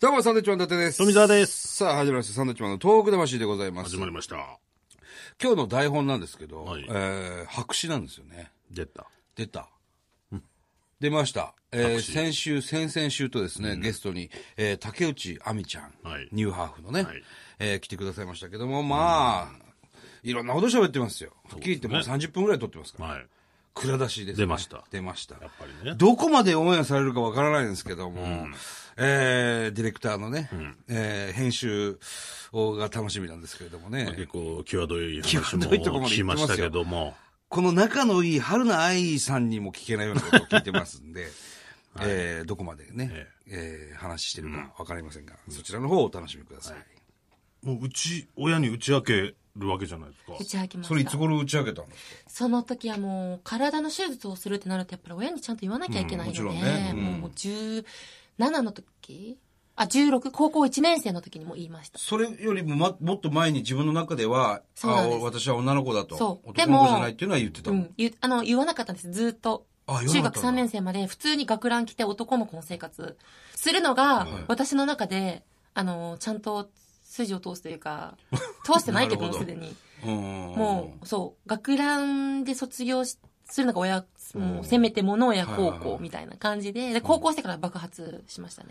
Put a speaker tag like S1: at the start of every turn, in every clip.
S1: どうも、サンドウィッチマン伊達です。
S2: 富澤です。
S1: さあ、始まりました。サンドウィッチマンの東北魂でございます。
S2: 始まりました。
S1: 今日の台本なんですけど、
S2: はい
S1: えー白紙なんですよね。
S2: 出た。
S1: 出た。出ました。えー先週、先々週とですね、ゲストに、えー竹内亜美ちゃん、
S2: はい
S1: ニューハーフのね、
S2: はい
S1: えー来てくださいましたけども、まあ、いろんなこと喋ってますよ。はっきり言ってもう30分ぐらい撮ってますから。
S2: はい。
S1: 蔵出しです、ね。
S2: 出ました
S1: 出ました。
S2: やっぱりね。
S1: どこまでオンエアされるかわからないんですけども、えーディレクターのね、えー編集をが楽しみなんですけれどもね
S2: 結、構、際どい話も
S1: 際どいとこまで
S2: 聞き
S1: 行っ
S2: ま
S1: てますよ
S2: したけども。
S1: この仲のいい春菜愛さんにも聞けないようなことを聞いてます んで、えーどこまでね、えー話してるかわかりませんが、そちらの方をお楽しみください。
S2: もう、うち、親に打ち明けるわけじゃないですか。
S3: 打ち明けました
S1: それいつ頃打ち明けたんですか
S3: その時はもう体の手術をするってなるとやっぱり親にちゃんと言わなきゃいけないので、
S1: うんもちろんねうん
S3: もう17の時あ16高校1年生の時にも言いました
S1: それよりも、ま、もっと前に自分の中では、
S3: そうなんです
S1: あお私は女の子だと、
S3: そ
S1: 男
S3: う
S1: の子
S3: で
S1: じ
S3: も
S1: ゃないっていうのは言ってた
S3: う
S1: の。
S3: ん、言うあの言わなかったんですずっと
S1: あ言わな
S3: 中
S1: かったんだ
S3: 学3年生まで普通に学ラン着て男の子の生活するのが私の中であのちゃんと筋を通すというか通してないけど
S1: なる
S3: も
S1: ほ
S3: す
S1: ど
S3: でに
S1: うん
S3: もうそう学ランで卒業しするのが親もうせめてもの親
S1: はい
S3: 孝
S1: はいはい
S3: 行みたいな感じでで高校生から爆発しましたね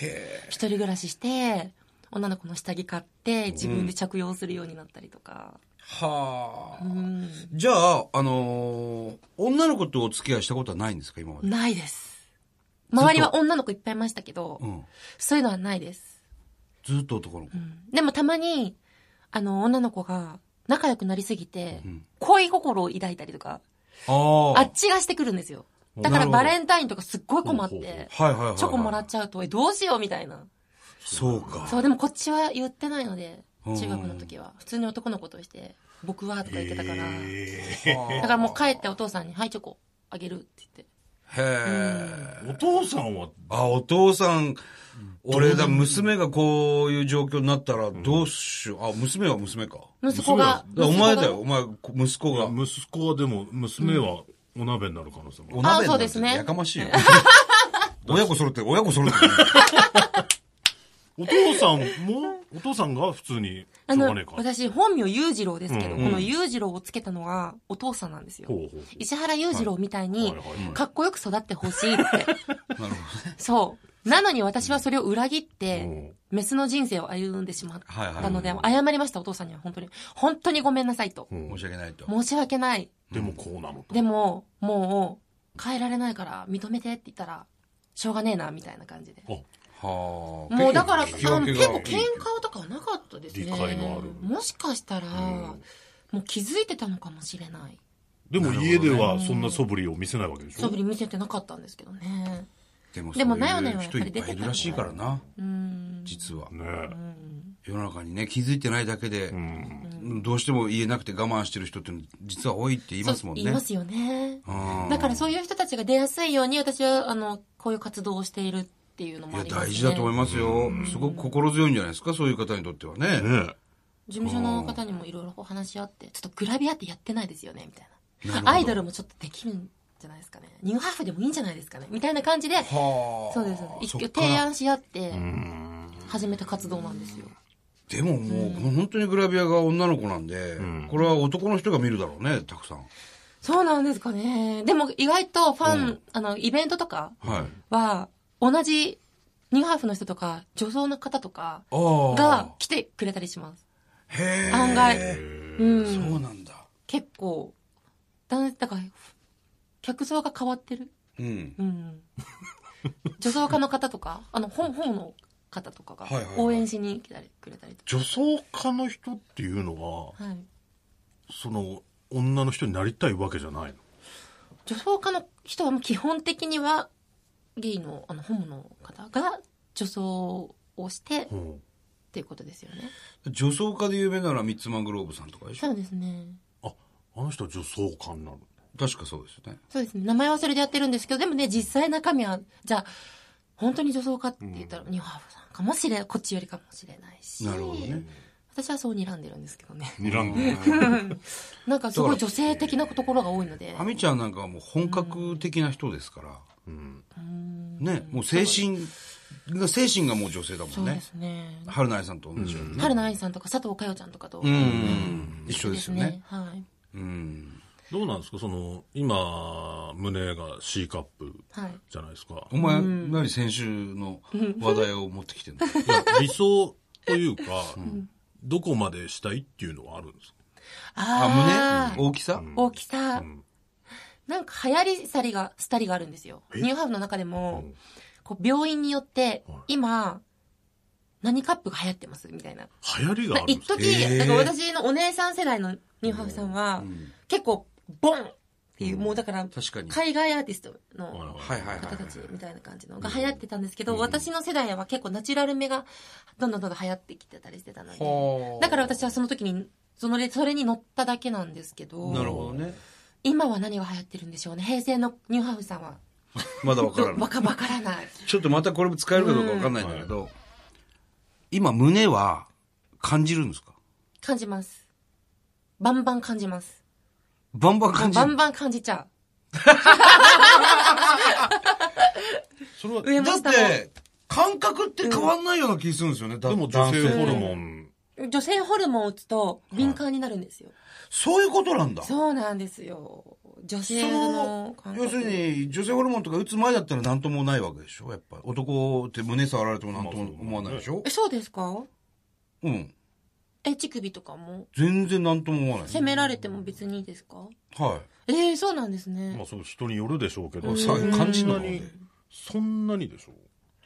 S1: へえ。
S3: 一人暮らしして女の子の下着買って自分で着用するようになったりとか、
S1: はあ。
S3: うん、
S1: じゃあ、あのー女の子とお付き合いしたことはないんですか、今まで。
S3: ないです周りは女の子いっぱいいましたけど、
S1: うん。
S3: そういうのはないです、
S1: ずっと男の子
S3: う。ん、でもたまにあの女の子が仲良くなりすぎて、
S1: ん
S3: 恋心を抱いたりとか
S1: あ
S3: あ
S1: あ。
S3: っちがしてくるんですよ
S1: お
S3: だか
S1: な
S3: ら
S1: るほど
S3: バレンタインとかすっごい困っ
S2: ほうほうほ
S3: て
S1: はいはいはいはい。
S3: チョコもらっちゃうと、え、どうしようみたいな。
S1: そうか。
S3: そう、でもこっちは言ってないので、
S1: うん
S3: 中学の時は。普通に男の子として、僕はとか言ってたから。
S2: え
S3: だからもう帰ってお父さんに、はい、チョコあげるって言って。
S1: へえ。
S2: ーお父さんは、
S1: あ、お父さん、俺だ、娘がこういう状況になったらどうしよう。あ、娘は娘か。
S3: 息子が。
S1: だからお前だ
S3: 息
S1: よ、お前、息子が。
S2: 息子はでも、娘はお鍋になる可能性も
S1: お鍋
S3: あそうですね
S1: なんてやかま しいよ。親子揃ってる、親子揃ってる。
S2: お父さんも、お父さんが普通に、しょ
S3: 子
S2: う
S3: が。
S2: が
S3: あ
S2: ねえ
S3: の
S2: か。、
S3: 私、本名裕次郎ですけど、
S2: うん
S3: この裕次郎をつけたのがお父さんなんですよ。
S2: ほうほう
S3: 石原裕次郎みたい
S2: は
S3: に
S2: いはいはい、
S3: かっこよく育ってほし いって。そう。なのに私はそれを裏切って、メスの人生を歩んでしまっ
S1: はいはい
S3: たので、謝りました、お父さんには本当に。本当にごめんなさいと。
S2: うん
S1: 申し訳ないと。
S3: 申し訳ない。
S2: でもこうなのと。
S3: でも、もう、変えられないから、認めてって言ったら、しょうがねえな、みたいな感じで。
S1: はあ。
S3: もうだから、あの
S1: 結
S3: 結
S1: 構
S3: 構
S1: 引
S3: 喧
S1: き分けが
S3: 嘩とかはなかったですね。
S2: 理解のある
S3: もしかしたら、もう気づいてたのかもしれない。
S2: でも家ではそんな素振りを見せないわけでし
S3: そ
S2: ょ
S3: ぶり見せてなかったんですけどね。
S1: でも
S3: でもなよなよ
S1: そういう人いっぱいいるらしいからな、
S3: うん。
S1: 実は。
S2: ね
S1: 世の中にね、気づいてないだけで、
S2: え。うん。
S1: どうしても言えなくて我慢してる人って実は多いって言いますもんね。
S3: そう言いますよね。
S1: うん
S3: だからそういう人たちが出やすいように、私は、あの、こういう活動をしているっていうの
S1: い
S3: もあ
S1: や、
S3: ります、ね。
S1: 大事だと思いますよ。すごく心強いんじゃないですか、そういう方にとってはね。
S2: ね
S3: 事務所の方にもいろいろお話し合って、ちょっとグラビアってやってないですよね、みたい
S1: なるほ
S3: な。
S1: ど
S3: アイドルもちょっとできるんじゃないですかね。ニューハーフでもいいんじゃないですかね。みたいな感じで、
S1: はあ。
S3: そうです。そうです
S1: そっ
S3: 一挙
S1: から
S3: 提案し合って
S2: え。う、ん。
S3: 始めた活動なんですよ。
S1: でももう、本当にグラビアが女の子なんで、
S2: ん
S1: これは男の人が見るだろうね、たくさん。
S3: そうなんですかね。でも意外とファン、あの、イベントとか
S1: はい。
S3: は、同じニューハーフの人とか、女装の方とか
S1: ああ。
S3: が来てくれたりします。
S1: へえ。
S3: 案外う
S1: そ
S3: ん。
S1: うなんだ。
S3: 結構、だ、だから、客層が変わってる。
S1: うん。
S3: うん。女装家の方とか、あの、本、本の方とかが
S1: はいはいはい、
S3: 応援しに来たり、くれたりと
S2: 女装家の人っていうのは、
S3: か。はい。
S2: その、女の人になりたいわけじゃないの
S3: 女装家の人はもう基本的には、ゲイの、あの、本の方が、女装をして、っ
S2: うん
S3: ていうことですよね。
S1: 女装家で有名なのはミッツマングローブさんとかでしょ
S3: そうですね。
S2: あ、あの人は女装家になる。
S1: 確かそうですよね。
S3: そうですね。名前はそれでやってるんですけど、でもね、実際中身は、じゃあ、本当に女装家って言ったら、ニューハーフさんかもしれこっちよりかもしれないし。
S1: なるほどね。
S3: 私はそう睨んでるんですけど ね。
S2: 睨んでる。
S3: なんかすごい女性的なところが多いので
S1: ア。ミちゃんなんかはもう本格的な人ですから、
S2: うん。
S1: ね、もう精神が精神がもう女性だも
S3: そ
S1: ん
S3: うで
S1: ね
S3: すね。
S1: 春菜愛さんと同じようにね
S3: 春菜愛さんとか佐藤佳代ちゃんとかと。
S1: うん、一緒ですよね。
S3: はい。
S1: うん
S2: どうなんですかその、今、胸が C カップ
S3: はい。
S2: じゃないです か
S1: お。前、何先週の話題を持ってきて るの
S2: いや理想というか、どこまでしたいっていうのはあるんですか
S1: あ、
S3: ー
S1: 胸大きさ、
S3: 大きさ、なんか流行り去りが、したりがあるんですよ。
S2: え
S3: ニューハーフの中でも、
S2: うん
S3: こう病院によって
S2: はい、
S3: 今、何カップが流行ってますみたいな。
S2: 流行りがあるん
S3: 一
S2: ですか
S3: 時、
S1: えー
S3: なんか私のお姉さん世代のニューハーフさんは、
S1: うん
S3: 結構、ボンっていう、もうだから、
S1: 確かに。
S3: 海外アーティストの
S1: はいはい
S3: 方たちみたいな感じのが流行ってたんですけど、私の世代は結構ナチュラル目がどんどんどんどん流行ってきてたりしてたので、
S1: はあ
S3: だから私はその時に、そのれそれに乗っただけなんですけど、
S1: なるほどね。
S3: 今は何が流行ってるんでしょうね。平成のニューハーフさんは。
S1: まだわからな
S3: どわ
S1: い。
S3: か、わからない。
S1: ちょっとまたこれも使えるかどうかわかんないんだけど、今胸は感じるんですか
S3: 感じます。バンバン感じます。
S1: バンバン感じ
S3: バ
S1: る
S3: ンバン感じちゃ
S2: それは
S3: う。、上も
S1: だっ
S3: 下
S1: て、感覚って変わんないような気するんですよね、だ
S2: でも女性ホルモ
S1: ン。
S2: ン、
S3: も。女性ホルモンを打つと敏感になるんですよ。
S1: そういうことなんだ。
S3: そうなんですよ。女性
S1: そ
S3: の
S1: の
S3: 感覚。
S1: 要するに女性ホルモンとか打つ前だったら何ともないわけでしょやっぱ男って胸触られても何とも思わないでしょ
S3: え、そうですか
S1: うん
S3: え、乳首とかも
S1: 全然何とも思わない
S3: 責められても別にいいですか
S1: は
S3: えー、そうなんですね
S2: まあ。そう人によるでしょうけど、
S1: い
S2: そ
S1: さ
S2: ん
S1: 感じん
S2: な
S1: のかね
S2: に、そんなにでしょ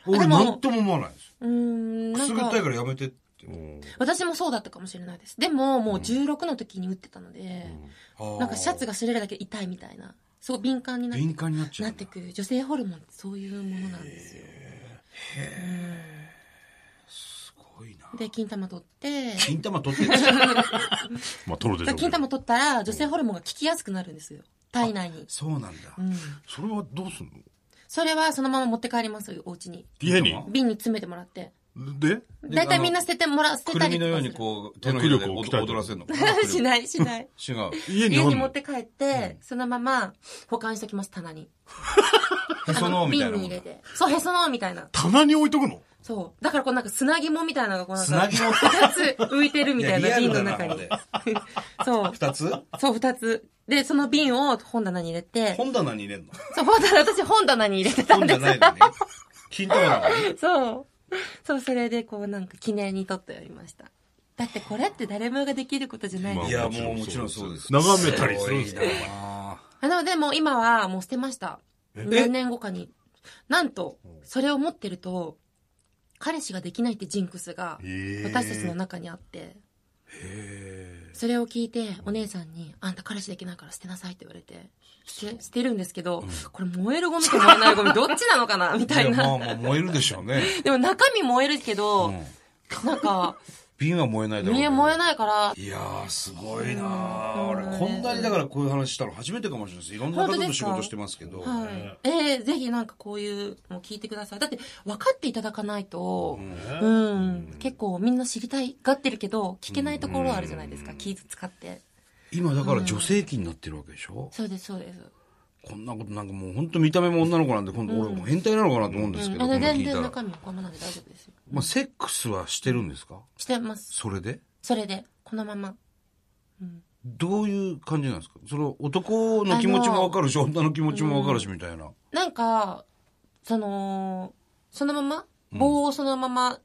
S1: 俺
S3: でも
S1: 何とも思わないです
S3: うーん、
S1: く
S3: な
S1: す
S3: ん
S1: ぐったい
S3: か、
S1: からやめてって
S2: う。うん
S3: 私もそうだったかもしれないです。でも、もう16の時に打ってたので、なんかシャツ
S1: が
S3: が擦れるだけで痛いみたいな。すごい敏感になって
S1: 敏感になっちゃう
S3: なんっ
S1: だ
S3: てくる女性ホルモンってそういうものなんですよ
S1: すごいな
S3: で金玉取って
S1: 金玉取ってるんですよ
S2: まあ取るでしょうけ
S3: 金
S2: ど
S3: 玉取ったら女性ホルモンが効きやすくなるんですよ体内に、
S1: そうなんだ
S3: うん、
S2: それはどうすんの
S3: それはそのまま持って帰りますよお家に
S2: 家に
S1: 金
S3: 瓶に詰めてもらって
S2: で
S1: で
S3: 大体みんな捨ててもら捨て
S1: く
S3: た
S1: る
S3: り
S1: み
S3: と
S1: の
S3: か
S1: よう
S3: す
S1: に
S3: る
S1: こう手の
S2: 握
S1: ひら
S2: 力
S1: で
S2: を
S1: 踊
S2: 鍛えて
S1: 踊らせるのか
S3: しないしない
S1: 違う
S2: 家に
S3: 家
S2: あ
S3: に
S2: る
S3: 持
S2: の
S3: って帰って、そのまま保管しておきます棚に
S1: へその緒みたいな
S3: 瓶
S1: も
S3: に
S1: ん
S3: 入
S1: だ
S3: れてそうへその緒みたいな
S2: 棚に置いとくの
S3: そうだからこうなんか砂肝みたいなのがこうなん
S1: 砂
S3: か
S1: 肝っ
S3: 2つ浮いてるみたい
S1: いや
S3: な
S1: リア
S3: 瓶
S1: ル
S3: の
S1: だな
S3: 中に
S1: こ
S3: そう
S1: 二 つ
S3: そう、二つ。で、その瓶を本棚に入れて、
S1: 本棚に入れるの
S3: そう、本棚、私本棚に入れてたん
S1: 本
S3: で
S1: じゃ
S3: す。
S1: ないのね金玉だからね
S3: そう。そう、それでこうなんか記念に撮っておりました。だってこれって誰もができることじゃない
S2: まあ
S1: い
S3: です
S1: や、もうもちろんそうです。
S2: 眺めたりするんですか
S1: ごいな
S3: あなのでもう今はもう捨てました。何年後かに。なんと、それを持ってると、彼氏ができないってジンクスが
S2: ええ
S3: 私たちの中にあって、それを聞いてお姉さんに「あんた彼氏できないから捨てなさい」って言われて捨て捨てるんですけど、これ燃えるゴミと燃えないゴミどっちなのか なみた
S1: い
S3: い
S1: や、ま
S3: な
S1: あまあ燃えるでしょうね。
S3: でも中身燃えるけど、なん か
S1: 瓶は燃えないだろうけ
S3: 身
S1: ど。
S3: 燃えないから
S1: いやー、すごいなー
S3: うん
S1: 俺、こんなにだからこういう話したの初めてかもしれないです。いろんな方と仕事してますけど。
S3: はい、えーぜひなんかこういうのを聞いてくださいだって分かっていただかないと、うん結構みんな知りたいがってるけど聞けないところあるじゃないですか、気使って
S1: 今だから女性器になってるわけでしょ
S3: そうですそうです
S1: こんなことなんかもう本当見た目も女の子なんで、今度俺もう変態なのかなと思うんですけど、
S3: うん
S1: こ
S3: あ
S1: ん
S3: の
S1: なの聞
S3: 全
S1: いた
S3: 然
S1: ら。
S3: 中身こんななんで大丈夫ですよ
S1: まあ、セックスはしてるんですか
S3: してます
S1: それで
S3: それでこのまま
S1: どういう感じなんですかその男の気持ちもわかるし、女の気持ちもわかるし、みたいな。
S3: なんか、その、そのまま、棒をそのまま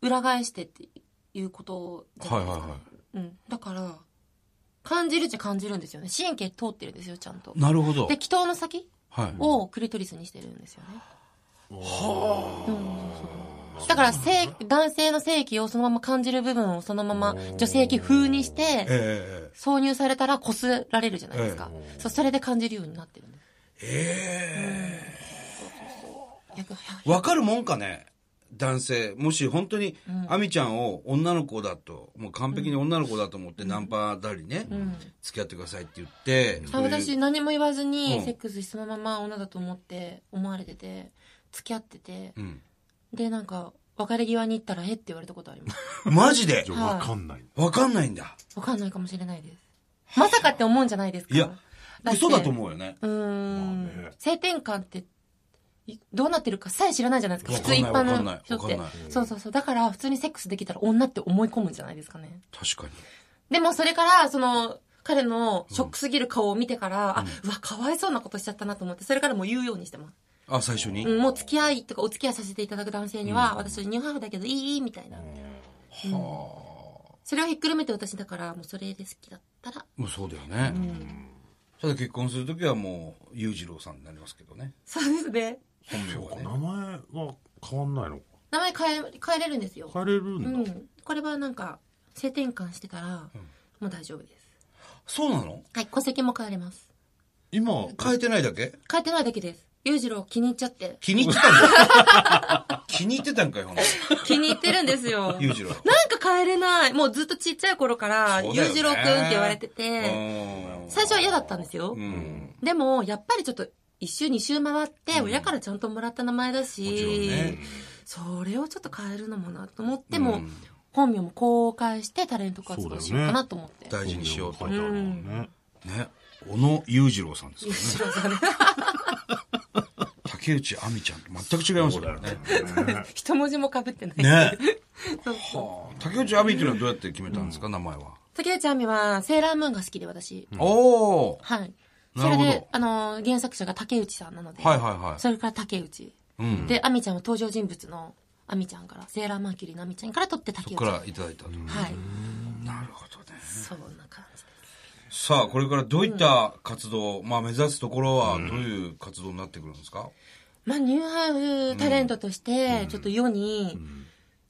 S3: 裏返してっていうことじゃ
S1: は
S3: ないいで
S1: は
S3: す
S1: い
S3: か。
S1: は
S3: うん。だから、感じるっちゃ感じるんですよね。神経通ってるんですよ、ちゃんと
S1: い。。なるほど
S3: で、。気筒の先
S1: はい。
S3: をクリトリスにしてるんですよね。はあ。だから性、男性の性器をそのまま感じる部分をそのまま女性器風にして、
S1: ええ
S3: 挿入されたら擦られるじゃないですか。そう、それで感じるようになってるんです。ええ
S1: わかるもんかね男性。もし本当に、アミちゃんを女の子だと、もう完璧に女の子だと思ってナンパだりね、付き合ってくださいって言って、
S3: あ
S1: そういう
S3: 私何も言わず
S1: う
S3: に
S1: ん
S3: セックスそのまま女だと思って思われてて付き合ってて
S1: うん。
S3: でなんか別れ際に行ったらえって言われたことあります
S1: マジで
S2: じゃあわかんない。
S1: わかんないんだ。
S3: 分かんないかもしれないですまさかって思うんじゃないですか
S1: いや
S3: って
S1: 嘘だと思うよね。
S3: うーん、
S2: まあね
S3: 性転換っていどうなってるかさえ知らないじゃないですか。
S1: わ
S3: 普
S1: かんない
S3: 通一般
S1: わかんない
S3: の人っ
S1: わか
S3: て
S1: んない。
S3: そうそうそう。だから、普通にセックスできたら女って思い込むんじゃないですかね。
S1: 確かに。
S3: でもそれから、その、彼のショックすぎる顔を見てから、あ、うわ、かわいそうなことしちゃったなと思って、それからもう言うようにしてます。
S1: あ、最初に、
S3: うん、もう付き合いとかお付き合いさせていただく男性には、私ニューハーフだけどいいいいみたいな。それをひっくるめて私だから、もうそれで好きだったら、
S1: もうそうだよね。ただ結婚するときはもう、裕次郎さんになりますけどね。
S3: そうですね。
S1: 本名
S2: そう
S1: は
S2: か、
S1: ね
S2: 名。前は変わんないのか。
S3: 名前変え、変えれるんですよ。
S2: 変えれる
S3: うん
S2: だ。
S3: ん。これはなんか、性転換してたら、もう大丈夫です。
S1: そうなの
S3: はい、戸籍も変えれます。
S2: 今、
S1: 変えてないだけ
S3: 変えてないだけです。裕次郎気に入っちゃって。
S1: 気に入ってたんだ よ。気に入ってたんかよ、ほん
S3: 気に入ってるんですよ。
S1: 裕次郎。
S3: なんか変えれない。もうずっとちっちゃい頃から、
S1: そうだよね
S3: 裕次郎くんって言われてて、
S1: うん
S3: 最初は嫌だったんですよ。
S1: うん。
S3: でも、やっぱりちょっと、一周二周回って、親からちゃんともらった名前だ
S1: もちろん
S3: し、
S1: ね。
S3: それをちょっと変えるのもなと思っても、
S1: うん
S3: 本名も公開してタレント活動しようかなと思って。
S1: 大事にしようと
S2: 書い。てあるもんね。
S1: ね。小野裕次郎さんですか
S3: 裕
S1: らね。
S3: 次郎さん ね。
S1: 竹内亜美ちゃんと全く違いますからね。
S3: 一文字も被ってない。
S1: ね。
S3: そうそう
S1: はあ竹内亜美っていうのはどうやって決めたんですか、名前は。
S3: 竹内亜美は、セーラームーンが好きで私。
S1: おー
S3: はい。そ
S1: なる
S3: れ
S1: ほど
S3: で、あの、原作者が竹内さんなので。
S1: はいはいはい
S3: それから竹内。
S1: うん
S3: で、亜美ちゃんは登場人物の亜美ちゃんから、セーラーマーキュリーの亜美ちゃんから取って
S1: そ
S3: 竹内。
S1: こからいただいたと。
S3: はい。
S1: なるほどね。
S3: そんな感じです。
S1: さあ、これからどういった活動、まあ目指すところはどういう活動になってくるんですか、
S3: まあ、ニューハーフタレントとして、ちょっと世に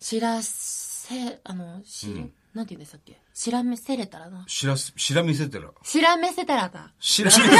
S3: 知らせ、あの、し、なんて言うんでしたっけ知らめせれたらな。
S1: 知らす、知ら見せてら。
S3: 知らめせたらだ。
S1: 知ら見せて
S2: ま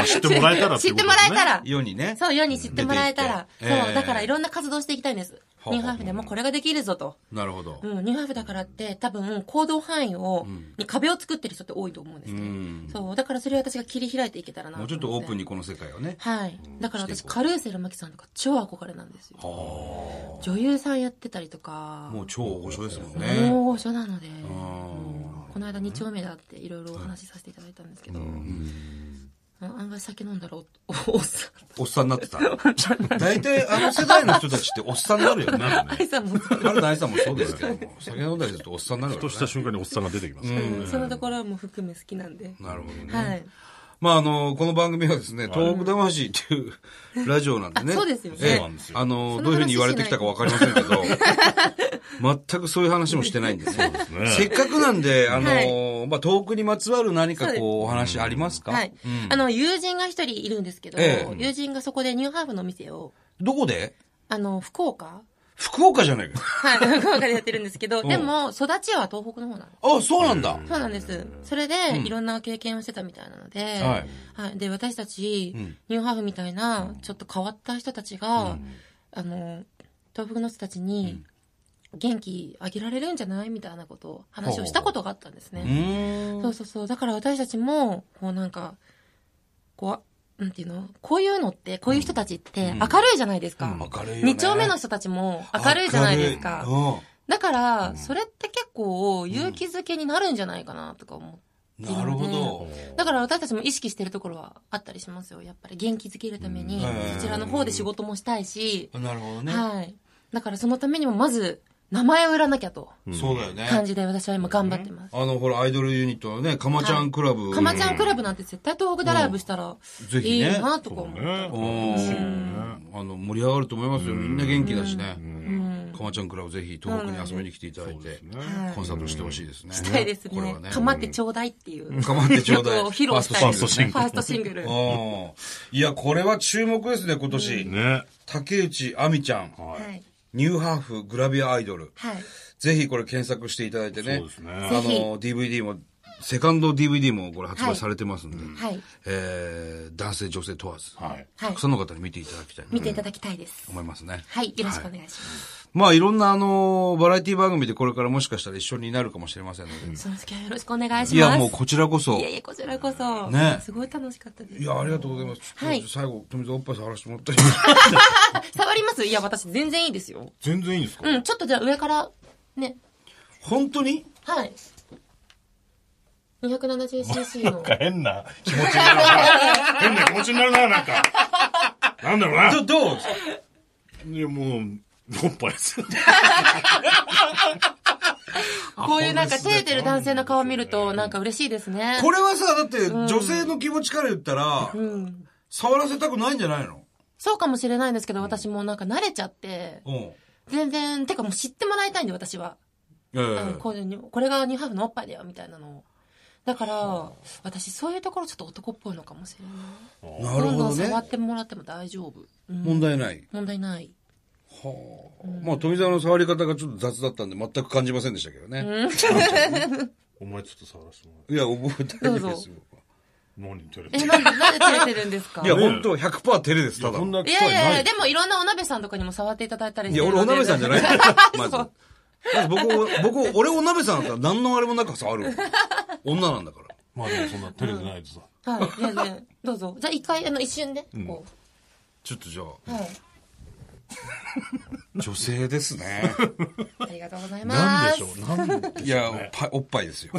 S2: あ知ってもらえたら
S3: 知ってもらえたら。
S1: 世にね。
S3: そう、世に知ってもらえたら。
S1: 出ていってえ
S3: そ
S1: え
S3: う、だからいろんな活動していきたいんです。
S1: ほうほう
S3: ニューハーフでもこれができるぞと。
S1: なるほど。
S3: うん、ニューハーフだからって多分行動範囲を、に壁を作ってる人って多いと思うんですね。
S1: うん
S3: そう、だからそれを私が切り開いていけたらな
S1: もうちょっとオープン
S3: に。
S1: にこの世界をね。
S3: はい。だから
S1: して
S3: 私、
S1: いこう
S3: カルーセルマキさんとか超憧れなんですよ。女優さんやってたりとか、
S1: もう超大御所ですもん
S3: 大
S1: ね。
S3: 御所なので、うんこの間2丁目で会っていろいろお話しさせていただいたんですけど、うん案外酒飲んだらお、お おっさん。
S1: おっさんになってた。大体あの世代の人たちっておっさんになるよね。
S3: 愛さんもそう
S1: 春菜愛さんもそうですけども、酒飲んだりするとおっさんになる
S2: ふ
S1: か
S2: と
S1: ら
S2: し
S1: ね
S2: た瞬間におっさんが出てきますからね。
S3: そのところも含め好きなんで。
S1: なるほどね。
S3: はい。
S1: まあ、あの、この番組はですね、東北魂っていうラジオなんでね。
S3: あそうですよね
S1: ええ
S2: そうなんですよ
S1: あの、
S3: そ
S1: ど
S3: の話
S1: ういうふうに言われてきたかわかりませんけど、 全くそういう話もしてないんでね。
S2: ね
S1: せっかくなんで、あの、
S3: は
S1: まあ、東北にまつわる何か
S3: そうです
S1: こう、お話ありますか
S3: はい。あの、友人が一人いるんですけど、
S1: ええ
S3: 友人がそこでニューハーフのお店を、
S1: どこで
S3: あの、福岡
S1: 福岡じゃないか。
S3: はい、 福岡でやってるんですけど、でも、育ちは東北の方なんです。
S1: あ、そうなんだ。
S3: そうなんです。それで、いろんな経験をしてたみたいなので、
S1: はい
S3: はい。で、私たち、ニューハーフみたいな、ちょっと変わった人たちが、あの、東北の人たちに、元気あげられるんじゃないみたいなことを、話をしたことがあったんですね。
S1: うーん。
S3: そうそうそう。だから私たちも、こうなんか、こう、なんていうのこういうのって、こういう人たちって明るいじゃないですか。
S1: ん明るいよね
S3: 二丁目の人たちも明るいじゃないですか。
S1: 明
S3: だから、それって結構勇気づけになるんじゃないかなとか思っ
S1: る
S3: てい
S1: い。うん。な
S3: る
S1: る
S3: ので、
S1: ほど。
S3: だから私たちも意識してるところはあったりしますよ。やっぱり元気づけるために、
S1: うん
S3: そちらの方で仕事もしたいし、
S1: なるほどね。
S3: はい。だからそのためにもまず、名前を売らなきゃと、
S1: そうだよね。
S3: 感じで私は今頑張ってます。
S1: あの、ほら、アイドルユニットのね、かまちゃんクラブ。
S3: かまちゃんクラブなんて絶対東北でライブしたら
S1: ぜ
S3: い
S1: ひ
S3: い
S1: ね
S3: なとか思う。
S2: ね
S1: うんあの、盛り上がると思いますよ。みんな元気だしね。かまちゃんクラブぜひ東北に遊びに来ていただいて、コンサートしてほしいですね。
S3: したいです
S1: これ
S3: ね
S1: は。ね。
S3: かまってちょうだいっていう。
S1: かまってちょうだい
S3: 曲 を披露したい。
S1: フ
S2: ァーストシングル
S3: ファーストシングル。
S1: うんいや、これは注目ですね、今年。
S2: ね。
S1: 竹内亜美ちゃん、
S3: はい。
S1: ニューハーフグラビアアイドル。
S3: はい。
S1: ぜひこれ検索していただいてね。
S2: そうですね
S1: あの、DVD も、セカンド DVD もこれ発売されてますんで。
S3: はい。
S1: えー男性、女性問わず。
S2: はい。
S3: は
S1: た
S3: い
S1: く。さんの方に見ていただきたいな
S3: 見
S1: と
S3: ていただきたいです。
S1: 思いますね。
S3: はい。よろしくお願いします。
S1: まあいろんなあの、バラエティ番組でこれからもしかしたら一緒になるかもしれませんので。
S3: その時はよろしくお願いします。
S1: いやもうこちらこそ。
S3: いやい
S1: い
S3: や、こちらこそ。
S1: ね
S3: すごい楽しかったです。
S1: や、ありがとうございます。ちょっと
S3: はい
S1: 最後、富澤おっぱい触らせてもらったり。
S3: 触りますいや、私全然いいですよ。
S2: 全然いいんですか
S3: うん、ちょっとじゃあ上から、ね。
S1: 本当に
S3: はい。270cc の。
S2: 変な気持ちになるな。変な気持ちになるな、なんか。なんだろうな。
S1: どどう
S2: いや、もう、おっぱいです。
S3: こういうなんか照れてる男性の顔見ると、なんか嬉しいですね。
S1: これはさ、だって女性の気持ちから言ったら、
S3: うん。
S1: 触らせたくないんじゃないの
S3: そうかもしれないんですけど、私もうなんか慣れちゃって、
S1: うん。
S3: 全然、てかもう知ってもらいたいんで、私は。
S1: ええ
S3: あのこういうにこれがニューハーフのおっぱいだよ、みたいなのを。だから、私そういうところちょっと男っぽいのかもしれない。
S1: なるほ
S3: ど
S1: ど
S3: んどん
S1: ね
S3: 触。ってもらっても大丈夫。うん
S1: 問題ない。
S3: 問題ない。
S1: はあ。まあ、富澤の触り方がちょっと雑だったんで、全く感じませんでしたけどね。
S2: お前ちょっと触らせてもら
S1: いや、覚えてないですよ。
S2: え。何照れて
S3: え、
S2: る
S3: なんで、なんで照れてるんですか
S1: いや、本当100%照れです、
S2: い
S1: た
S2: や、
S1: だ
S2: こ
S1: の。
S2: んない機
S3: や
S2: 会
S3: い
S2: ない。
S3: やいや、でもいろんなお鍋さんとかにも触っていただいたりし
S1: い
S3: て
S1: や、
S3: る
S1: 俺お
S3: ので
S1: 鍋さんじゃない まず
S3: そう。
S1: まず僕を、僕を、俺お鍋さんだったら何のあれもなく触る。女なんだから。
S2: まあでもそんな照れてないとさ。
S3: はい、全然。どうぞ。じゃあ一回、あの、一瞬で、こ
S1: ちょっとじゃ
S3: う。はい。
S1: あ、女性です ね。
S3: ありがとうございます。
S2: なんでしょうなんでしょうね
S1: いや、おっぱいおっぱいですよ。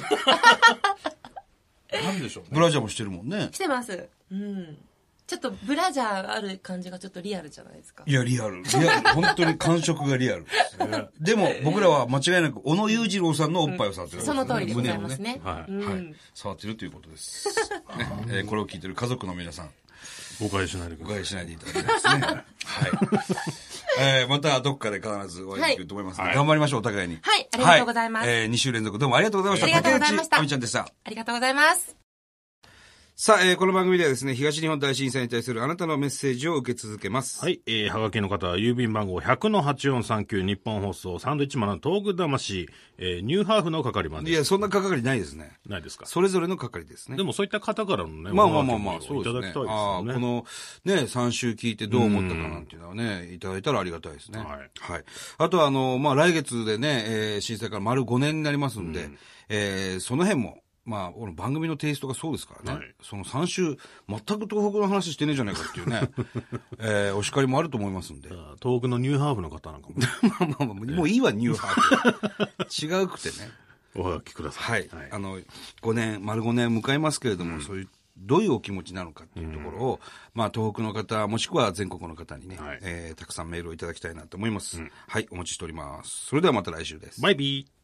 S2: なんでしょう
S1: ブ
S2: ね。
S1: ラジャーもしてるもんね
S3: 来。てます。うん。ちょっとブラジャーある感じがちょっとリアルじゃないですか。
S1: いや、リアル。リアル。本当に感触がリアルですね。 でも、僕らは間違いなく、小野裕次郎さんのおっぱいを触ってる、
S3: その通りでございますね。
S2: 胸をね
S3: うん
S1: はい。触ってるということです。ね えーこれを聞いてる家族の皆さん、
S2: 誤解しないでく
S1: 誤
S2: ださい
S1: 解。しないでいただきたいですね。はい。えーまたどっかで必ずお会いできると思いますので、
S2: はい
S1: 頑張りましょう、お互いに。
S3: はいありがとうございます
S1: はえ2週連続どうもありがとうございました。
S3: ありがとうございました
S1: 竹内亜美ちゃんでした。
S3: ありがとうございます。
S1: さあ、えーこの番組ではですね、東日本大震災に対するあなたのメッセージを受け続けます。
S2: はい、えー、はがきの方は郵便番号100-8439日本放送サンドイッチマンのトーク魂、えー、ニューハーフの係ま
S1: い
S2: で。
S1: や、そんな係ないですね。
S2: ないですか。
S1: それぞれの係ですね。
S2: でもそういった方からのね、
S1: まあまあまあまあ、
S2: お
S1: そ
S2: は
S1: う
S2: がき
S1: ですね。
S2: もいただきたいです
S1: あ
S2: よ
S1: あ
S2: ね。
S1: ー、このね、3週聞いてどう思ったかなんていうのはね、いただいたらありがたいですね。
S2: はい
S1: はい。あとは、あの、まあ来月でね、えー震災から丸5年になりますんで、えーその辺も、まあ、この番組のテイストがそうですからね。
S2: はい
S1: その3週、全く東北の話してねえじゃないかっていうね、 えーお叱りもあると思いますんで。
S2: あー東北のニューハーフの方なんかも、
S1: まあまあまあ、もういいわ、ニューハーフ。違うくてね。
S2: おはがきくださ。
S1: はいい、あの5年、丸5年迎えますけれども、そういう、どういうお気持ちなのかっていうところを、まあ、東北の方、もしくは全国の方にね、
S2: はい
S1: えーたくさんメールをいただきたいなと思います。はい、お待ちしております。それではまた来週です。
S2: バイビー。